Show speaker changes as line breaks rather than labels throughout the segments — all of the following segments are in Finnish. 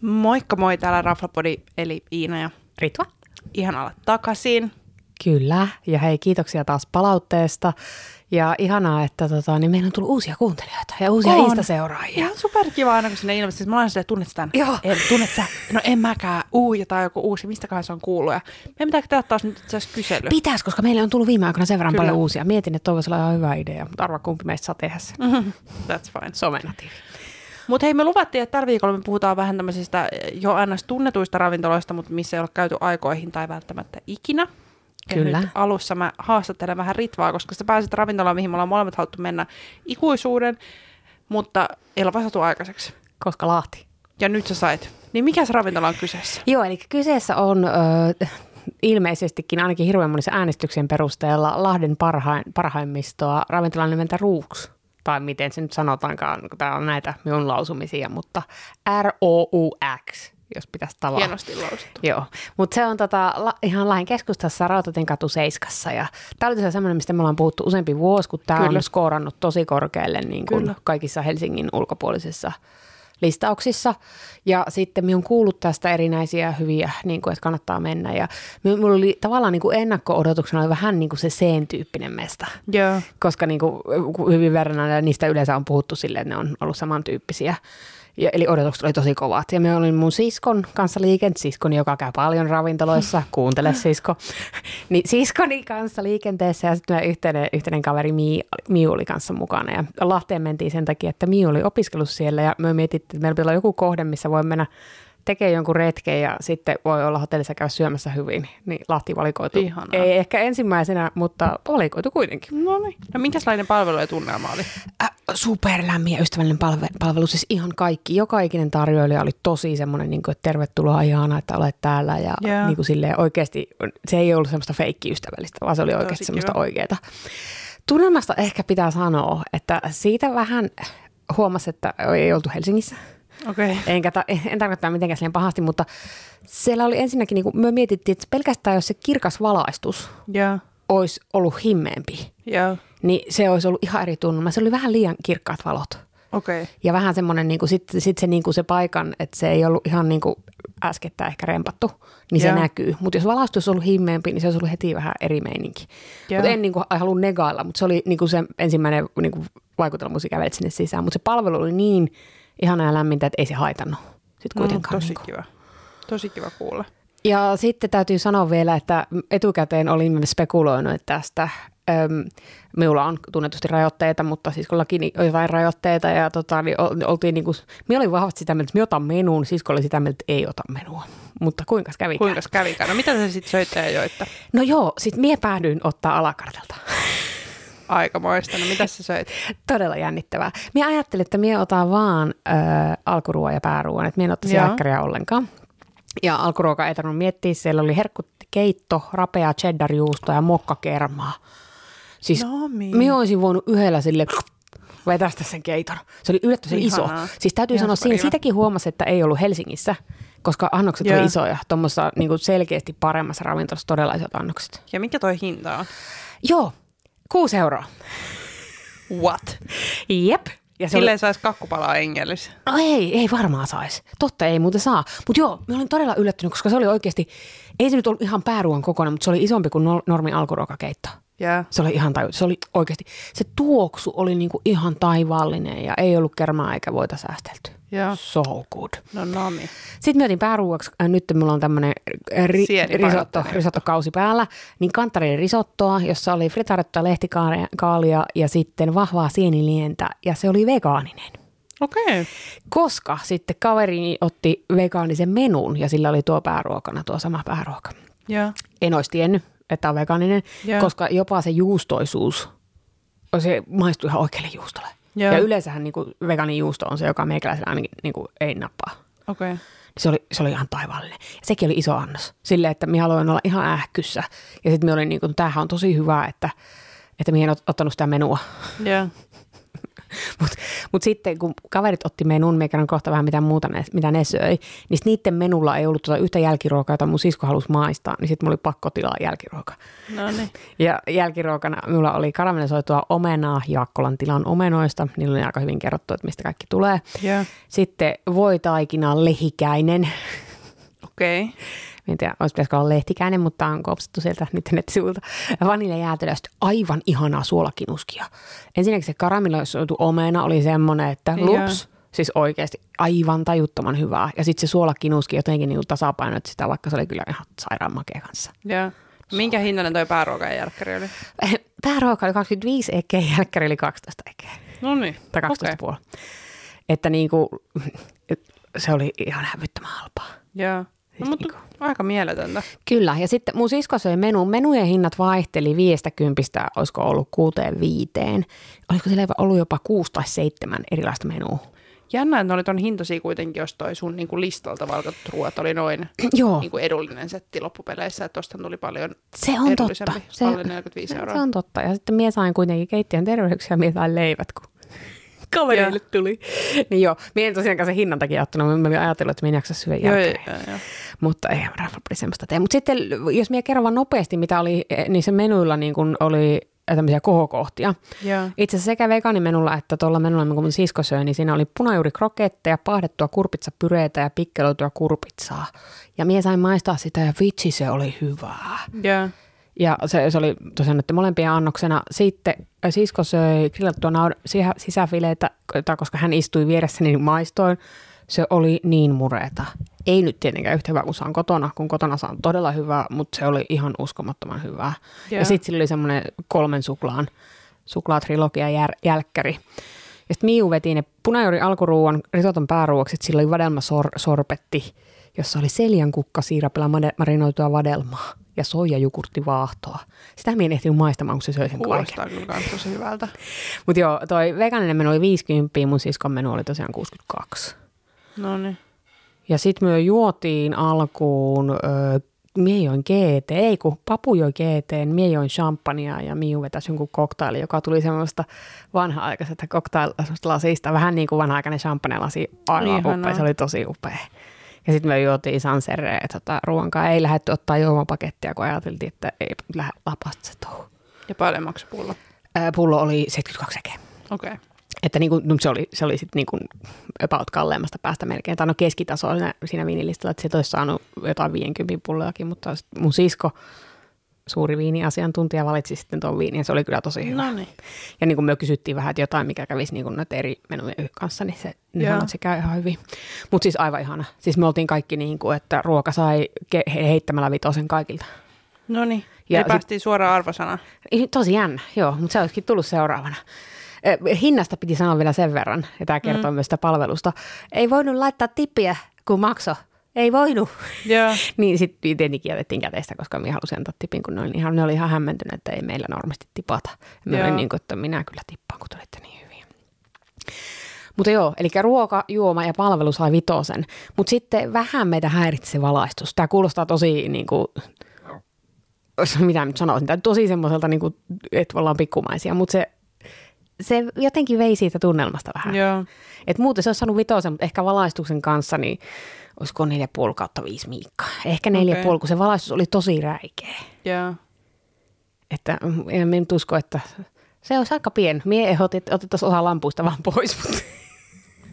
Moikka moi, täällä Raflapodi, eli Iina ja
Ritva.
ihan alat takaisin.
Kyllä, ja hei kiitoksia taas palautteesta. Ja ihanaa, että tota, niin meillä on tullut uusia kuuntelijoita ja uusia
On.
Insta-seuraajia.
Ihan superkiva aina, kun sinne ilmestyy. Siis Mä olen silleen, tunnet tämän.
Joo.
En, tunnet sä? No en mäkään. Uuja tai joku uusi, mistäköhän se on kuullut. Ja meidän pitää tehdä taas nyt itse asiassa kysely.
Pitäis, koska meille on tullut viime aikoina sen verran
Kyllä.
paljon uusia. Mietin, että toivoisi olla ihan hyvä idea, mutta arva kumpi meistä saa tehdä
Mm.
sen.
Mm-hmm. That's fine.
Somenatiivi.
Mutta hei, me luvattiin, että tällä viikolla me puhutaan vähän tämmöisistä eh, jo aina tunnetuista ravintoloista, mutta missä ei ole käyty aikoihin tai välttämättä ikinä.
Kyllä.
Ja nyt alussa mä haastattelen vähän Ritvaa, koska sä pääsit ravintolaan, mihin me ollaan molemmat haluttu mennä ikuisuuden, mutta ei ole vaan saatu aikaiseksi.
Koska Lahti.
Ja nyt sä sait. Niin mikä se ravintola on kyseessä?
Joo, eli kyseessä on ö, ilmeisestikin ainakin hirveän monissa äänestyksen perusteella Lahden parhain, parhaimmistoa ravintolan nimeltä Ruuks. Tai miten se nyt sanotaankaan, kun täällä on näitä minun lausumisia, mutta R-O-U-X, jos pitäisi tavaa.
Hienosti lausuttu.
Joo, mutta se on tota, la, ihan lain keskustassa Rautatien katu Seiskassa ja tämä oli tosiaan semmoinen, mistä me ollaan puhuttu useampi vuosi, kun tämä
Kyllä.
on skoorannut tosi korkealle niin
Kyllä.
kuin kaikissa Helsingin ulkopuolisissa listauksissa. Ja sitten minä olen kuullut tästä erinäisiä hyviä, niin kuin, että kannattaa mennä. Ja mi- minulla oli tavallaan niin kuin ennakko-odotuksena oli vähän niin kuin se C-tyyppinen mesta
Joo.
koska niin kuin, hyvin verran niistä yleensä on puhuttu silleen, että ne on ollut samantyyppisiä. Ja, eli odotukset oli tosi kovat. Ja me olin mun siskon kanssa liikenteessä, siskoni, joka käy paljon ravintoloissa, kuuntele sisko, niin siskoni kanssa liikenteessä ja sitten meidän yhteinen, yhteinen kaveri Mi, Miu oli kanssa mukana. Ja Lahteen mentiin sen takia, että Miu oli opiskellut siellä ja me mietittiin, että meillä pitää olla joku kohde, missä voi mennä tekemään jonkun retken ja sitten voi olla hotellissa käydä syömässä hyvin. Niin Lahti valikoitu.
Ihanaa.
Ei ehkä ensimmäisenä, mutta valikoitu kuitenkin.
No niin. No minkälainen palvelu ja tunnelma oli?
Äh, superlämmin ja ystävällinen palve, palvelu, siis ihan kaikki. Joka ikinen tarjoilija oli tosi semmoinen, niin kuin, että tervetuloa, ihana, että olet täällä. Ja
Joo.
yeah. niin kuin, silleen, oikeasti se ei ollut semmoista feikkiystävällistä, vaan se oli oikeasti semmoista
kiva.
oikeaa. Tunnelmasta ehkä pitää sanoa, että siitä vähän huomasi, että ei oltu Helsingissä.
Okei. Okay.
Enkä ta- en tarkoittaa mitenkään silleen pahasti, mutta siellä oli ensinnäkin, niin kuin, me mietittiin, että pelkästään jos se kirkas valaistus
Joo.
olisi ollut himmeempi,
Joo.
niin se olisi ollut ihan eri tunnelma. Se oli vähän liian kirkkaat valot.
Okei. Okay.
Ja vähän semmoinen, niin sitten sit se, niin kuin se paikan, että se ei ollut ihan niin kuin äskettä ehkä rempattu, niin
Joo.
se näkyy. Mutta jos valaistus olisi ollut himmeempi, niin se olisi ollut heti vähän eri meininki.
Joo.
Mutta en niin kuin, halua negailla, mutta se oli niin kuin se ensimmäinen niin kuin vaikutelma, kun sä kävelit sinne sisään. Mutta se palvelu oli niin ihana ja lämmintä, että ei se haitannut sitten kuitenkaan.
No, tosi
niin
kiva. Tosi kiva kuulla.
ja sitten täytyy sanoa vielä, että etukäteen olin spekuloinut tästä. Öm, minulla on tunnetusti rajoitteita, mutta siis siskollakin ni- on jotain rajoitteita. Ja tota, niin ol- oltiin niin kuin, minä olin vahvasti sitä mieltä, että minä otan menuun, sisko oli sitä mieltä, että ei ota menua. Mutta kuinka kävi?
Kuinka kävikään? No mitä te sitten söitte ja joitte?
No joo, sitten minä päädyin ottaa alakartalta.
Aikamoista. No mitä sä söit?
Todella jännittävää. Minä ajattelin, että minä otan vaan ö, alkuruoan ja pääruoan, että minä en ottaisi
Joo.
jääkkäriä ollenkaan. Ja alkuruoka ei tarvinnut miettiä, siellä oli herkkukeitto, rapea cheddarjuusto ja mokkakermaa. Siis
No niin.
minä olisin voinut yhdellä sille vetästä sen keiton. Se oli yllättävän
Ihanaa.
iso. Siis täytyy
Ihan
sanoa, siinä,
superiva.
sitäkin huomasi, että ei ollut Helsingissä, koska annokset
Joo.
oli isoja. Tuommoisessa niin selkeästi paremmassa ravintolassa todella isot annokset.
Ja mikä toi hinta on?
Joo, kuusi euroa.
What?
Jep. Ja se oli-
Silleen saisi kakkupalaa Engelissä.
No ei, ei varmaan saisi. Totta, ei muuten saa. Mutta joo, mä olin todella yllättynyt, koska se oli oikeasti, ei se nyt ollut ihan pääruoan kokoinen, mutta se oli isompi kuin nor- normi alkuruokakeitto.
Yeah.
Se oli ihan taju, se oli oikeasti, se tuoksu oli niinku ihan taivaallinen ja ei ollut kermaa eikä voita säästelty.
Joo.
So good.
No nami.
Sitten me otin pääruuaksi, äh, nyt mulla on tämmöinen ri-
Sienipainottinen
risotto,
juttu.
risottokausi päällä, niin kantarille risottoa, jossa oli fritarettua lehtikaalia ja sitten vahvaa sienilientä ja se oli vegaaninen.
Okei. Okay.
Koska sitten kaverini otti vegaanisen menun ja sillä oli tuo pääruokana, tuo sama pääruoka.
Yeah.
En olisi tiennyt, että on vegaaninen,
Joo.
koska jopa se juustoisuus, se maistui ihan oikealle juustolle.
Joo.
Ja yleensähän niin kuin, vegaanin juusto on se, joka meikäläisellä ainakin niin kuin, ei nappaa.
Okei. Okay.
Se oli, se oli ihan taivaallinen. Ja sekin oli iso annos. Silleen, että minä haluan olla ihan ähkyssä. Ja sitten minä olin niin kuin, tämähän on tosi hyvä, että, että minä en ot- ottanut sitä menua.
Yeah.
Mutta Mutta sitten kun kaverit otti menun, me kerron kohta vähän mitä muuta ne, mitä ne söi, niin sit niiden menulla ei ollut tuota yhtä jälkiruokaa, jota mun sisko halusi maistaa, niin sitten mulla oli pakko tilaa jälkiruoka.
No niin.
Ja jälkiruokana minulla oli karamellisoitua omenaa Jaakkolan tilan omenoista. Niillä oli aika hyvin kerrottu, että mistä kaikki tulee.
Joo.
Sitten voitaikina lehikäinen.
Okei. Okay.
En tiedä, olisi pitäisikö olla lehtikäinen, mutta on kopsattu sieltä niiden nettisivuilta. Vaniljajäätelöstä aivan ihanaa suolakinuskia. Ensinnäkin se karamellisoitu omena oli semmoinen, että
Joo.
lups, siis oikeasti aivan tajuttoman hyvää. Ja sitten se suolakinuski jotenkin niin tasapainotti sitä, vaikka se oli kyllä ihan sairaan makea kanssa.
Joo. Minkä hintainen toi pääruoka ja jälkkäri oli?
Pääruoka oli 25 ekeä, jälkkäri oli 12 ekeä.
No niin.
Tai 12 okay. puoli. Että niinku, se oli ihan hävyttömän halpaa.
Joo. No,
Siis
mutta aika mieletöntä.
Kyllä, ja sitten mun sisko söi menu. Menujen hinnat vaihteli viiestä kympistä, olisiko ollut kuuteen viiteen. Oliko siellä ollut jopa kuusi tai seitsemän erilaista menua?
Jännä, että ne oli ton hintosia kuitenkin, jos toi sun niin kuin listalta valkattu ruoat oli noin
Joo,
niin kuin edullinen setti loppupeleissä, että tosta tuli paljon
se on totta.
edullisempi,
Se,
alle 45 euroa.
se on totta. Ja sitten mie sain kuitenkin keittiön terveyksiä, mie sain leivät, kun kavereille tuli. niin joo, mie en tosiaankaan sen hinnan takia ottanut, mä mä ajattelin, että mie en jaksa syödä
Joo,
jälkeen.
joo, joo.
Mutta ei Rafflebri semmoista tee. Mutta sitten, jos minä kerron vaan nopeasti, mitä oli eh, niissä menuilla, niin kun oli tämmöisiä kohokohtia.
Joo.
Itse asiassa sekä vegaanimenulla että tuolla menulla, minkä mun sisko söi, niin siinä oli punajuurikroketteja, pahdettua kurpitsapyreitä ja pikkeloitua kurpitsaa. Ja minä sain maistaa sitä ja vitsi se oli hyvää.
Joo.
Ja se, se oli tosiaan nyt molempien annoksena. Sitten ö, sisko söi grillattua naud- sisä- sisäfileitä, jota koska hän istui vieressä, niin maistoin. Se oli niin mureeta. Ei nyt tietenkään yhtä hyvä kuin saan kotona, kun kotona saan todella hyvää, mutta se oli ihan uskomattoman hyvää.
Joo.
Ja sitten sillä oli semmoinen kolmen suklaan, suklaatrilogia jär- jälkkäri. Ja sitten Miu veti ne punajuuri alkuruuan risoton pääruoksi, sillä oli vadelmasorpetti, jossa oli seljankukka siirapilla made- marinoitua vadelmaa ja soijajukurttivaahtoa. Sitä minä en ehtinyt maistamaan, kun se söi sen kaiken.
Kuulostaa kyllä kans tosi hyvältä.
Mutta joo, toi vegaaninen menu oli 50, mun siskon menu oli tosiaan 62.
No niin.
Ja sitten me juotiin alkuun, öö, mie join GT, ei kun papu joi GT, mie join champagnea ja Miu vetäisi jonkun koktaili, joka tuli semmoista vanha-aikaisesta koktailasista, vähän niin kuin vanha-aikainen champagne-lasi, aivan
Ihanaa.
upea, se oli tosi upea. Ja sitten me juotiin sansereen, tota, ruoankaan ei lähdetty ottaa juomapakettia, kun ajateltiin, että ei lähde vapaasti se touhu.
Ja paljon maksoi pullo.
Öö, Pullo oli 72 sekeä.
Okei. Okay.
Että niin kuin, se oli, se oli sitten niin kuin about kalleimmasta päästä melkein, tai no keskitasoa siinä, siinä viinilistalla, että se olisi saanut jotain 50 pullojakin, mutta sit mun sisko, suuri viiniasiantuntija, valitsi sitten tuon viinin, ja se oli kyllä tosi hyvä.
No niin.
Ja niin kuin me kysyttiin vähän, että jotain, mikä kävisi niin kuin noiden eri menujen yh- kanssa, niin se, ne
Joo.
sanoi, että se käy ihan hyvin. Mutta siis aivan ihana. Siis me oltiin kaikki niin kuin, että ruoka sai ke- he- heittämällä vitosen kaikilta.
No niin. Ja
Ja sit-
Eli päästiin suoraan arvosanaan.
Ei, Tosi jännä, joo, mutta se olisikin tullut seuraavana. Eh, Hinnasta piti sanoa vielä sen verran, ja tämä kertoo mm. myös sitä palvelusta. Ei voinut laittaa tippiä, kun makso. Ei voinut.
Joo.
niin sitten tietenkin jätettiin käteistä, koska minä halusin antaa tipin, kun ne oli ihan, ne oli ihan hämmentynyt, että ei meillä normaalisti tipata. Minä olin
Joo.
niin kuin, että minä kyllä tippaan, kun te olitte niin hyviä. Mutta joo, eli ruoka, juoma ja palvelu sai vitosen. Mutta sitten vähän meitä häiritsi se valaistus. Tämä kuulostaa tosi niin kuin, mitä nyt sanoisin, tämä tosi semmoiselta, niin kuin, että ollaan pikkumaisia, mutta se, se jotenkin vei siitä tunnelmasta vähän.
Joo.
Et muuten se olisi saanut vitosen, mutta ehkä valaistuksen kanssa, niin olisiko neljä puoli kautta viisi miikkaa. Ehkä neljä
Okei.
puoli, kun se valaistus oli tosi räikeä.
Joo.
Että mm, en mä nyt usko, että se olisi aika pieni. Mie ehdotin, että otettaisiin osa lampuista vaan pois, mutta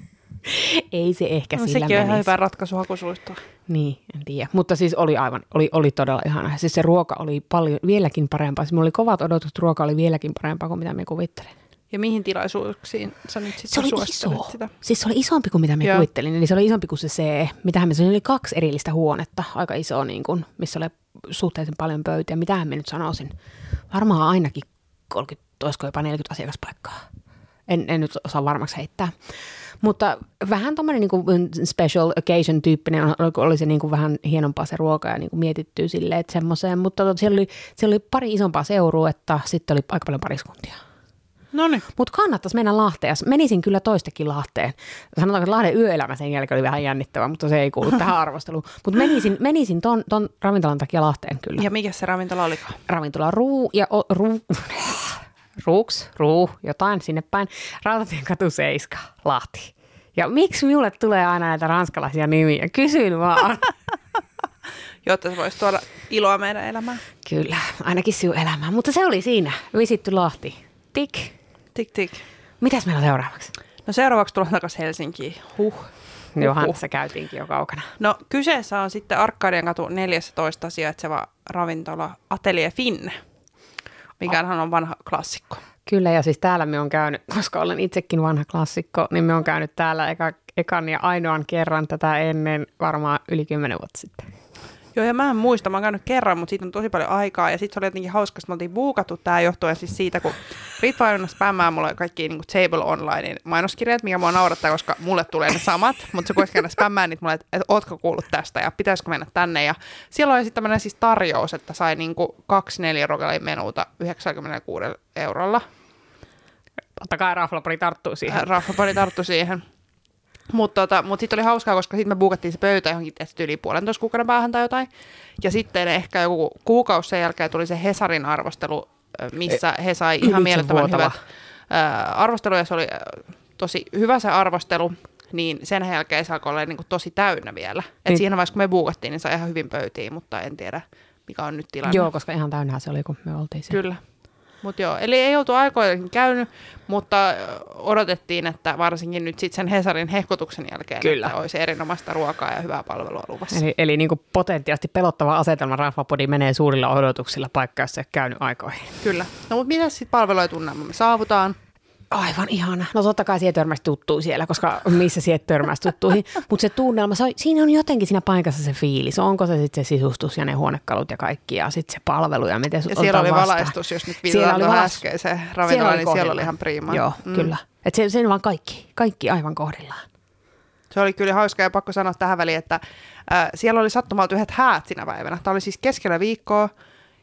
ei se ehkä
No,
sillä
sekin on ihan
menisi.
hyvä ratkaisu hakusuista.
Niin, en tiedä. Mutta siis oli aivan, oli, oli todella ihana. Siis se ruoka oli paljon, vieläkin parempaa. Siis mulla oli kovat odotukset, ruoka oli vieläkin parempaa kuin mitä me kuvittelin.
Ja mihin tilaisuuksiin sä nyt
Se
sitten
oli
suosittelet
iso.
sitä?
Siis se oli isompi kuin mitä me
Joo.
kuvittelin. Eli se oli isompi kuin se C. Mitähän me, se oli kaksi erillistä huonetta, aika iso, niin kuin, missä oli suhteellisen paljon pöytiä. Mitähän me nyt sanoisin? Varmaan ainakin 30, olisiko jopa 40 asiakaspaikkaa. En, en nyt osaa varmaksi heittää. Mutta vähän tuommoinen niin special occasion tyyppinen on- oli- oli se niin kuin vähän hienompaa se ruoka ja niin kuin mietittyä silleen, että semmoiseen. Mutta tota, siellä oli, siellä oli pari isompaa seuruetta, sitten oli aika paljon pariskuntia.
No niin.
Mutta kannattaisi mennä Lahteen. Menisin kyllä toistakin Lahteen. Sanotaanko, että Lahden yöelämä sen jälkeen oli vähän jännittävää, mutta se ei kuulu tähän arvosteluun. Mutta menisin, menisin ton, ton ravintolan takia Lahteen kyllä. Ja.
Ja mikä se ravintola olikaan?
Ravintola Ruu ja o, Ruu... ruuks, ruu, jotain sinne päin, Rautatien katu 7, Lahti. Ja miksi minulle tulee aina näitä ranskalaisia nimiä? Kysyn vaan.
jotta se voisi tuoda iloa meidän elämään.
Kyllä, ainakin sinun elämään. Mutta se oli siinä. Visitty Lahti. Tik.
Tik tik.
Mitäs meillä on seuraavaksi?
No seuraavaksi tullaan takaisin Helsinkiin. Huh.
Johan, se käytiinkin jo kaukana.
No kyseessä on sitten Arkadian katu 14 sijaitseva ravintola Atelier Finn, mikähän on vanha klassikko.
Kyllä, ja siis täällä me on käynyt, koska olen itsekin vanha klassikko, niin me on käynyt täällä eka, ekan ja ainoan kerran tätä ennen varmaan yli 10 vuotta sitten.
Joo, ja mä en muista, mä oon käynyt kerran, mutta siitä on tosi paljon aikaa. Ja sitten se oli jotenkin hauska, että me oltiin buukattu tämä johtuen siis siitä, kun Ritva aina spämmää mulle kaikki niin Table Onlinein mainoskirjat, mikä mua naurattaa, koska mulle tulee ne samat. Mutta se kuitenkin aina spämmää niitä mulle, että et, ootko kuullut tästä ja pitäisikö mennä tänne. Ja siellä oli sitten tämmöinen siis tarjous, että sai niin kuin kaksi neljä menuta 96 eurolla.
Totta kai raflapari tarttuu siihen.
Raffapari tarttu siihen. Mutta tota, mut sitten oli hauskaa, koska sitten me buukattiin se pöytä johonkin tietysti yli puolentoista kuukauden päähän tai jotain. Ja sitten ehkä joku kuukausi sen jälkeen tuli se Hesarin arvostelu, missä he sai ihan mielettömän
vuotava.
hyvät ää, arvosteluja. Se oli ää, tosi hyvä se arvostelu, niin sen jälkeen se alkoi olla niinku tosi täynnä vielä. Et
Niin.
siinä vaiheessa, kun me buukattiin, niin sai ihan hyvin pöytiin, mutta en tiedä, mikä on nyt tilanne.
Joo, koska ihan täynnähän se oli, kun me oltiin siellä.
Kyllä. Mut joo, eli ei oltu aikoihin käynyt, mutta ö, odotettiin, että varsinkin nyt sitten sen Hesarin hehkutuksen jälkeen,
Kyllä.
että olisi erinomaista ruokaa ja hyvää palvelua luvassa.
Eli, eli niin kuin potentiaalisesti pelottava asetelma Rafapodi menee suurilla odotuksilla paikka, jos se ei ole käynyt aikoihin.
Kyllä. No mutta mitä sitten palveluitunnelma me saavutaan?
Aivan ihana. No totta kai siihen törmäsi tuttuu siellä, koska missä siihen törmäsi tuttuihin. Mutta se tunnelma, se on, siinä on jotenkin siinä paikassa se fiilis. Onko se sitten se sisustus ja ne huonekalut ja kaikki ja sitten se palvelu ja miten se
Ja siellä oli
vastaan.
valaistus, jos nyt
Siellä
viitataan
oli
tuohon
valais-
äskeiseen ravintolaan, niin siellä oli
kohdillaan.
ihan priimaa.
Joo, mm. kyllä. Et se, sen vaan kaikki, kaikki aivan kohdillaan.
Se oli kyllä hauska ja pakko sanoa tähän väliin, että äh, siellä oli sattumalta yhdet häät sinä päivänä. Tämä oli siis keskellä viikkoa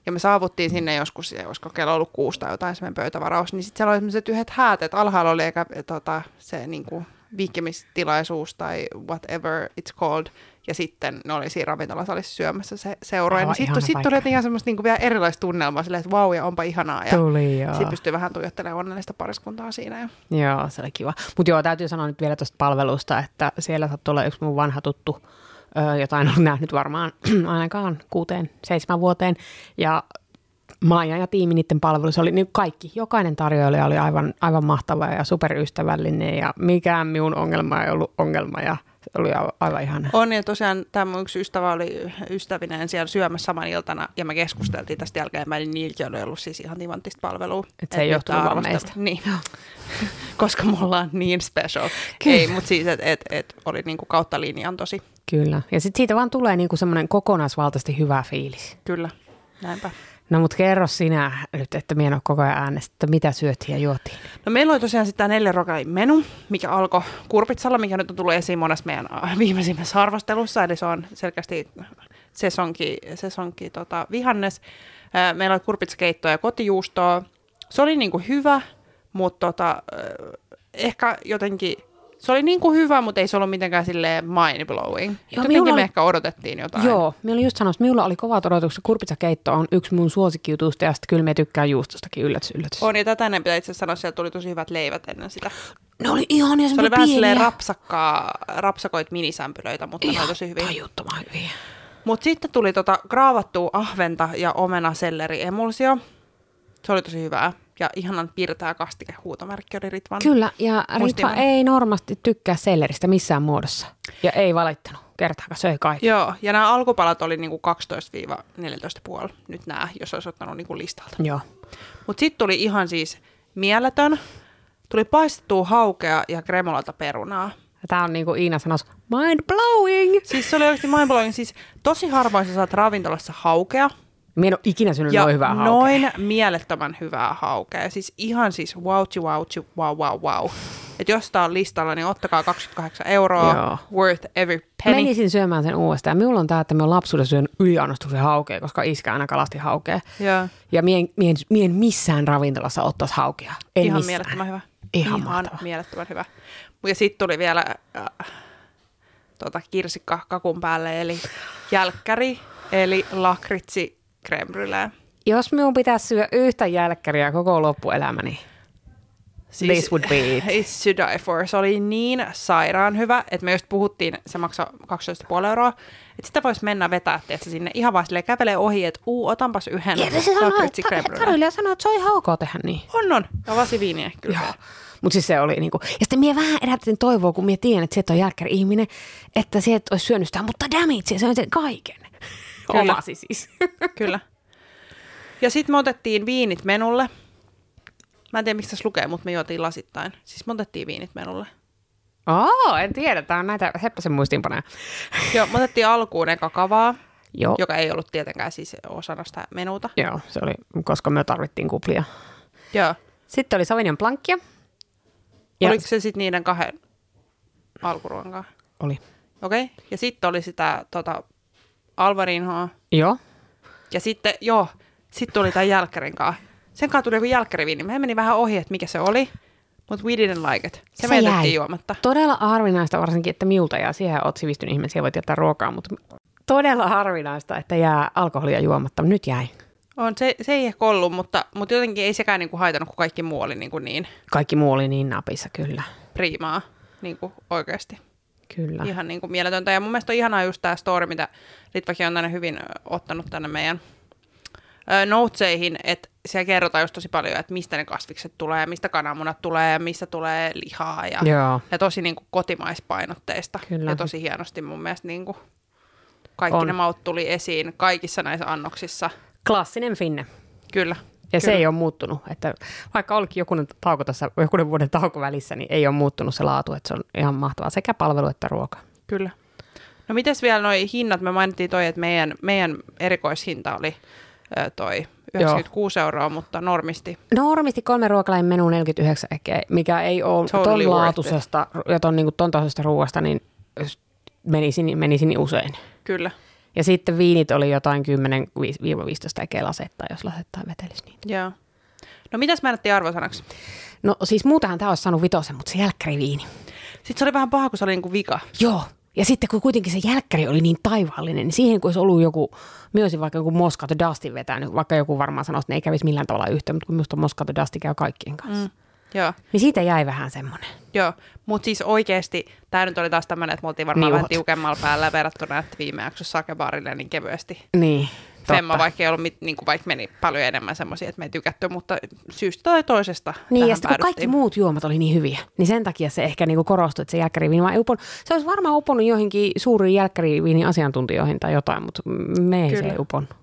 ja me saavuttiin sinne joskus, ja olisiko kello ollut kuusi tai jotain semmoinen pöytävaraus, niin sitten siellä oli semmoiset yhdet häät, että alhaalla oli eikä, tota, se niin kuin, vihkimistilaisuus tai whatever it's called, ja sitten ne oli siinä ravintolasalissa syömässä se seuroja.
Aivan
Niin sitten
ihana
sit
paikka.
tuli jotenkin ihan semmoista niin vielä erilaista tunnelmaa, silleen, että vau ja onpa ihanaa. Ja
Tuli joo.
sitten pystyi vähän tuijottelemaan onnellista pariskuntaa siinä. Ja
Joo, se oli kiva. Mutta joo, täytyy sanoa nyt vielä tuosta palvelusta, että siellä sattui olla yksi mun vanha tuttu, öö, jota en ole nähnyt varmaan ainakaan kuuteen, seitsemän vuoteen. Ja Maija ja tiimi niiden palvelussa oli niin kaikki, jokainen tarjoilija oli aivan, aivan mahtava ja superystävällinen ja mikään minun ongelma ei ollut ongelma ja se oli aivan, aivan ihana.
On ja tosiaan tämä mun yksi ystävä oli ystävineen siellä syömässä saman iltana ja me keskusteltiin tästä jälkeenpäin, niin niilläkin oli ollut siis ihan timanttista palvelua.
Et se ei
nyt
johtunut
tää
vaan
arvostelu- Niin, koska me ollaan niin special.
Kyllä.
Ei, mutta siis, että et, et oli niinku kautta linjan tosi,
Kyllä. Ja sitten siitä vaan tulee niinku semmoinen kokonaisvaltaisesti hyvä fiilis.
kyllä, näinpä.
No mutta kerro sinä nyt, että minä en ole koko ajan äänestä, että mitä syötiin ja juotiin.
No meillä oli tosiaan sitten tämä neljä rokain menu, mikä alkoi Kurpitsalla, mikä nyt on tullut esiin monessa meidän äh, viimeisimmässä arvostelussa, eli se on selkeästi sesonki, sesonki tota, vihannes. Äh, Meillä oli kurpitsakeittoa ja kotijuustoa. Se oli niinku hyvä, mutta tota, äh, ehkä jotenkin, se oli niinku hyvä, mutta ei se ollut mitenkään silleen mind-blowing. Jotenkin
minulla
me
oli-
ehkä odotettiin jotain.
Joo, minä olin just sanomassa, että minulla oli kovat odotukset. Kurpitsakeitto on yksi mun suosikkiutuista ja sitten kyllä minä tykkään juustostakin, yllätys, yllätys.
On, ja tätä ne pitää itse asiassa sanoa, siellä tuli tosi hyvät leivät ennen sitä.
Ne oli ihania,
Se oli vähän silleen
pieniä.
rapsakkaa, rapsakoit minisämpylöitä, mutta ne oli tosi hyviä.
tajuttoman hyviä.
Mutta sitten tuli tota graavattua ahventa ja omena-selleri emulsio. Se oli tosi hyvää. Ja ihanan pirtää kastike huutomerkki oli Ritvan.
Kyllä, ja Ritva
Muistimaan.
ei normaalisti tykkää selleristä missään muodossa. Ja ei valittanut, kertaakaan söi kaikki.
Joo, ja nämä alkupalat oli niinku 12-14,5 nyt nämä, jos olisi ottanut niinku listalta.
Joo.
Mutta sitten tuli ihan siis mieletön. Tuli paistettua haukea ja kremolalta perunaa.
Tämä on niin kuin Iina sanoi, mind blowing.
Siis se oli oikeasti mindblowing. Siis tosi harvoin sä saat ravintolassa haukea.
Minä en ole ikinä syönyt noin hyvää haukea.
noin mielettömän hyvää haukea. Siis ihan siis wauchi wauchi wow wow wow. Et jos tää on listalla, niin ottakaa 28 euroa.
Joo.
Worth every penny.
Menisin syömään sen uudestaan. Minulla on tämä, että me on lapsuudessa syönyt yliannostuksen haukea, koska iskä aina kalasti haukea.
Joo.
Ja mien, mien, mien missään ravintolassa ottaisi haukea. En
Ihan
missään.
mielettömän hyvä.
Ihan mahtava.
mielettömän hyvä. Ja sitten tuli vielä äh, tota, kirsikka kakun päälle, eli jälkkäri, eli lakritsi creme brulee.
Jos minun pitäisi syödä yhtä jälkkäriä koko loppuelämäni, siis, this would be it.
It's to die for. Se oli niin sairaan hyvä, että me just puhuttiin, se maksaa 12,5 euroa, että sitä voisi mennä vetää tietysti, sinne ihan vaan silleen kävelee ohi, että uu, otanpas yhden.
Ja se sanoi,
Lakritsi
että
Kremlillä.
Karolina sanoi, että se on ihan ok tehdä niin.
On, on. Ja lasi viiniä kyllä.
Joo. Mutta siis se oli niinku, ja sitten minä vähän herätin toivoa, kun minä tiedän, että sieltä on jälkkäri ihminen, että sieltä olisi syönyt sitä, mutta damn it, se söi sen kaiken.
Kyllä.
Omasi siis.
Kyllä. Ja sitten me otettiin viinit menulle. Mä en tiedä, miksi tässä lukee, mutta me juotiin lasittain. Siis me otettiin viinit menulle.
Oo, en tiedä, tämä on näitä Heppäsen muistiinpanoja.
Joo, me otettiin alkuun eka kavaa,
Joo.
joka ei ollut tietenkään siis osana sitä menuta.
Joo, se oli, koska me tarvittiin kuplia.
Joo.
Sitten oli Sauvignon Blancia.
Ja. Oliko se sitten niiden kahden alkuruoan kanssa?
Oli.
Okei. Okay. Ja sitten oli sitä tota, Alvarinhoa.
Joo.
Ja sitten, joo, sitten tuli tämän jälkkärin kanssa. Sen kanssa tuli joku jälkkäriviini. Me meni vähän ohi, että mikä se oli, mutta we didn't like it. Se, se me jätettiin juomatta.
Todella harvinaista varsinkin, että miulta ja siihen oot sivistynyt ihminen, siihen voit jättää ruokaa, mutta todella harvinaista, että jää alkoholia juomatta. Nyt jäi.
On, se, se ei ehkä ollut, mutta, mutta jotenkin ei sekään niinku haitannut, kun kaikki muu oli niinku niin
Kaikki muu oli niin napissa, kyllä.
priimaa niinku oikeasti.
Kyllä.
Ihan niinku mieletöntä. Ja mun mielestä on ihanaa just tämä story, mitä Litvakin on tänne hyvin ö, ottanut tänne meidän ö, noteseihin, että siellä kerrotaan just tosi paljon, että mistä ne kasvikset tulee, ja mistä kananmunat tulee, ja mistä tulee lihaa. Ja,
Joo.
ja tosi niinku kotimaispainotteista.
Kyllä.
Ja tosi hienosti mun mielestä niinku kaikki
On.
on. ne maut tuli esiin kaikissa näissä annoksissa.
Klassinen finne.
Kyllä.
Ja se
Kyllä.
ei ole muuttunut. Että vaikka olikin jokunen tauko tässä, jokunen vuoden tauko välissä, niin ei ole muuttunut se laatu. Että se on ihan mahtavaa sekä palvelu että ruoka.
Kyllä. No mites vielä noi hinnat? Me mainittiin toi, että meidän, meidän erikoishinta oli ö, toi 96 Joo. euroa, mutta normisti.
No Normisti kolme ruokalain menu 49 ehkä, mikä ei ole
Totally
ton
worth
laatusesta ja ton, niin ton tasoisesta ruoasta, niin s- menisi, niin- menisi niin usein.
Kyllä.
Ja sitten viinit oli jotain 10-15 ekeä lasettaa, jos lasettaa vetelisi niitä.
Joo. No mitäs mä annettiin arvosanaksi?
No siis muutahan tämä olisi saanut vitosen, mutta se jälkkäriviini.
Sitten se oli vähän paha, kun se oli niinku vika.
Joo. Ja sitten kun kuitenkin se jälkkäri oli niin taivaallinen, niin siihen kun olisi ollut joku, myös vaikka joku Moscow to Dustin vetänyt, vaikka joku varmaan sanoisi, että ne ei kävisi millään tavalla yhteen, mutta kun minusta Moscow to Dustin käy kaikkien kanssa. Mm.
Joo,
Niin siitä jäi vähän semmoinen.
joo. Mutta siis oikeasti, tämä nyt oli taas tämmöinen, että me oltiin varmaan
Niuhat.
vähän tiukemmalla päällä verrattuna, että viime jaksossa sakebaarille niin kevyesti.
Niin, totta.
Femma, vaikka, ei ollut, mit, niin kuin, vaikka meni paljon enemmän semmoisia, että me ei tykätty, mutta syystä tai toisesta
Niin, ja
tähän
sitten kun kaikki
päädyttiin.
muut juomat oli niin hyviä, niin sen takia se ehkä niinku korostui, että se jälkkäriviini vaan ei upon, Se olisi varmaan uponnut joihinkin suuriin jälkkäriviinin asiantuntijoihin tai jotain, mutta me ei se
Kyllä.
ei uponnut.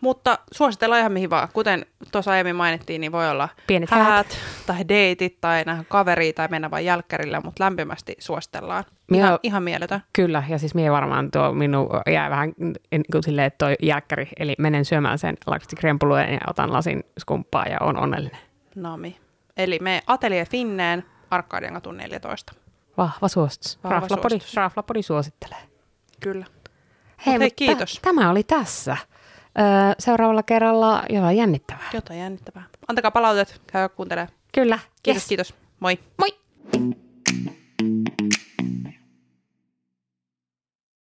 Mutta suositellaan ihan mihin vaan. Kuten tuossa aiemmin mainittiin, niin voi olla
Pienet
häät,
häät.
tai deitit tai nähdä kaveria tai mennä vain jälkkärille, mutta lämpimästi suositellaan.
Minä-
Ihan, ihan mieletön.
Kyllä, ja siis mie varmaan tuo minun jää vähän en- kun silleen, että toi jälkkäri, eli menen syömään sen laksti krempulujen ja otan lasin skumppaa ja on onnellinen.
Nami. Eli me Atelier Finneen Arkadian katu 14.
Vahva suositus.
Vahva
Raflapodi,
suositus.
Raflapodi suosittelee.
Kyllä.
Hei,
hei,
mut tä-
kiitos.
tämä oli tässä. Öö, seuraavalla kerralla jotain jännittävää.
Jotain jännittävää. Antakaa palautet, käy kuuntelemaan.
Kyllä.
Kiitos,
Yes.
kiitos. Moi.
Moi!